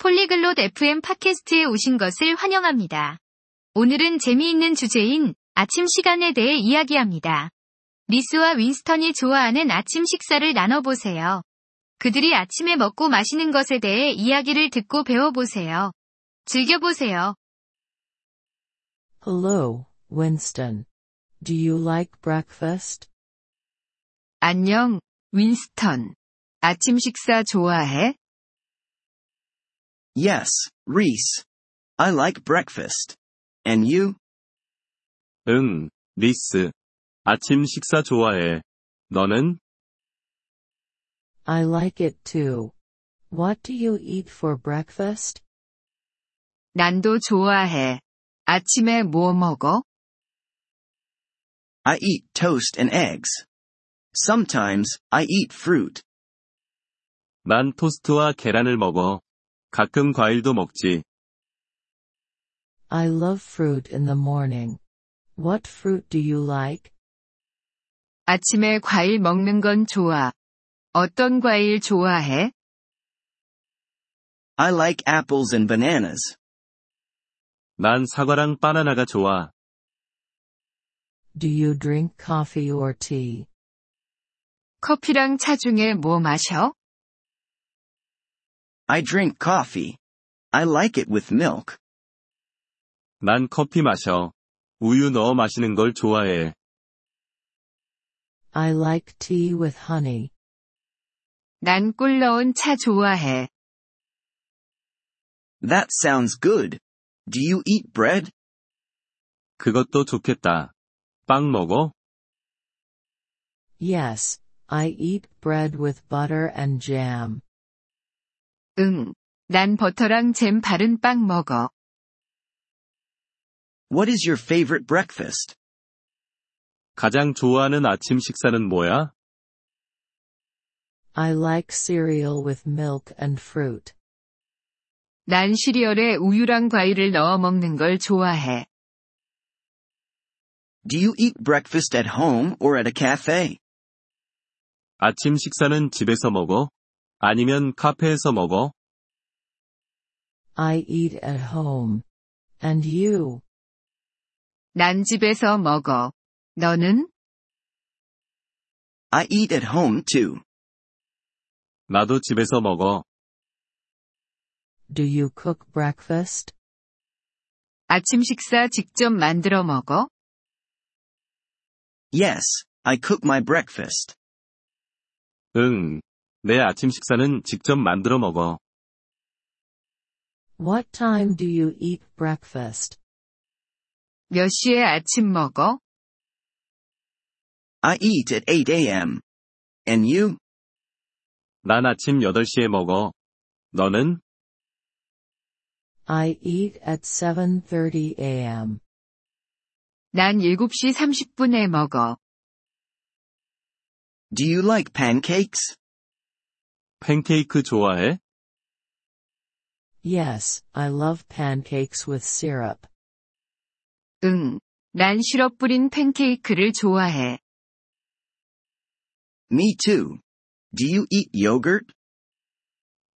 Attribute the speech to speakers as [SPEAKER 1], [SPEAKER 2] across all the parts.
[SPEAKER 1] 폴리글롯 FM 팟캐스트에 오신 것을 환영합니다. 오늘은 재미있는 주제인 아침 시간에 대해 이야기합니다. 리스와 윈스턴이 좋아하는 아침 식사를 나눠보세요. 그들이 아침에 먹고 마시는 것에 대해 이야기를 듣고 배워보세요. 즐겨보세요.
[SPEAKER 2] Hello, Winston. Do you like breakfast?
[SPEAKER 1] 안녕, 윈스턴. 아침 식사 좋아해?
[SPEAKER 3] Yes, Reese. I like breakfast. And you?
[SPEAKER 4] 응, 리스. 아침 식사 좋아해. 너는?
[SPEAKER 2] I like it too. What do you eat for breakfast?
[SPEAKER 1] 난도 좋아해. 아침에 뭐 먹어?
[SPEAKER 3] I eat toast and eggs. Sometimes, I eat fruit.
[SPEAKER 4] 난 토스트와 계란을 먹어. 가끔 과일도 먹지.
[SPEAKER 2] I love fruit in the morning. What fruit do you like?
[SPEAKER 1] 아침에 과일 먹는 건 좋아. 어떤 과일 좋아해?
[SPEAKER 3] I like apples and bananas.
[SPEAKER 4] 난 사과랑 바나나가 좋아.
[SPEAKER 2] Do you drink coffee or tea?
[SPEAKER 1] 커피랑 차 중에 뭐 마셔?
[SPEAKER 3] I drink coffee. I like it with milk.
[SPEAKER 4] 난 커피 마셔. 우유 넣어 마시는 걸 좋아해.
[SPEAKER 2] I like tea with honey.
[SPEAKER 1] 난 꿀 넣은 차 좋아해.
[SPEAKER 3] That sounds good. Do you eat bread?
[SPEAKER 4] 그것도 좋겠다. 빵 먹어?
[SPEAKER 2] Yes, I eat bread with butter and jam.
[SPEAKER 1] 응. 난 버터랑 잼 바른 빵 먹어.
[SPEAKER 3] What is your favorite breakfast?
[SPEAKER 4] 가장 좋아하는 아침 식사는 뭐야?
[SPEAKER 2] I like cereal with milk and fruit.
[SPEAKER 1] 난 시리얼에 우유랑 과일을 넣어 먹는 걸 좋아해.
[SPEAKER 3] Do you eat breakfast at home or at a cafe?
[SPEAKER 4] 아침 식사는 집에서 먹어? 아니면 카페에서 먹어?
[SPEAKER 2] I eat at home. And you?
[SPEAKER 1] 난 집에서 먹어. 너는?
[SPEAKER 3] I eat at home too.
[SPEAKER 4] 나도 집에서 먹어.
[SPEAKER 2] Do you cook breakfast?
[SPEAKER 1] 아침 식사 직접 만들어 먹어?
[SPEAKER 3] Yes, I cook my breakfast.
[SPEAKER 4] 응. 내 아침 식사는 직접 만들어 먹어.
[SPEAKER 2] What time do you eat breakfast?
[SPEAKER 1] 몇 시에 아침 먹어?
[SPEAKER 3] I eat at 8 a.m. And you?
[SPEAKER 4] 난 아침 8시에 먹어. 너는?
[SPEAKER 2] I eat at 7:30 a.m.
[SPEAKER 1] 난 7시 30분에 먹어.
[SPEAKER 3] Do you like pancakes?
[SPEAKER 4] 팬케이크 좋아해?
[SPEAKER 2] Yes, I love pancakes with syrup.
[SPEAKER 1] 응. 난 시럽 뿌린 팬케이크를 좋아해.
[SPEAKER 3] Me too. Do you eat yogurt?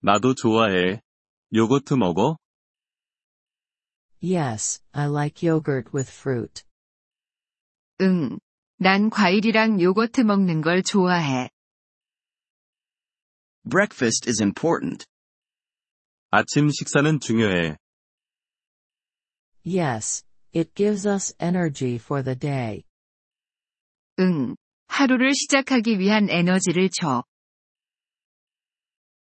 [SPEAKER 4] 나도 좋아해. 요거트 먹어?
[SPEAKER 2] Yes, I like yogurt with fruit.
[SPEAKER 1] 응. 난 과일이랑 요거트 먹는 걸 좋아해.
[SPEAKER 3] Breakfast is important.
[SPEAKER 4] 아침 식사는 중요해.
[SPEAKER 2] Yes, it gives us energy for the day.
[SPEAKER 1] 응. 하루를 시작하기 위한 에너지를 줘.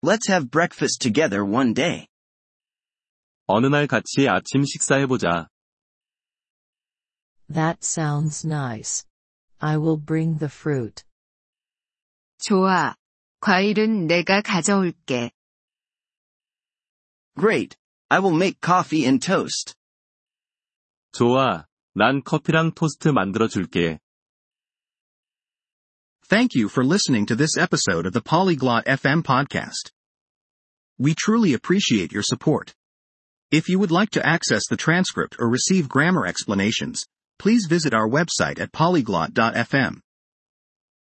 [SPEAKER 3] Let's have breakfast together one day.
[SPEAKER 4] 어느 날 같이 아침 식사해보자.
[SPEAKER 2] That sounds nice. I will bring the fruit.
[SPEAKER 1] 좋아. 과일은 내가 가져올게.
[SPEAKER 3] Great. I will make coffee and toast.
[SPEAKER 4] 좋아. 난 커피랑 토스트 만들어 줄게.
[SPEAKER 5] Thank you for listening to this episode of the Polyglot FM podcast. We truly appreciate your support. If you would like to access the transcript or receive grammar explanations, please visit our website at polyglot.fm.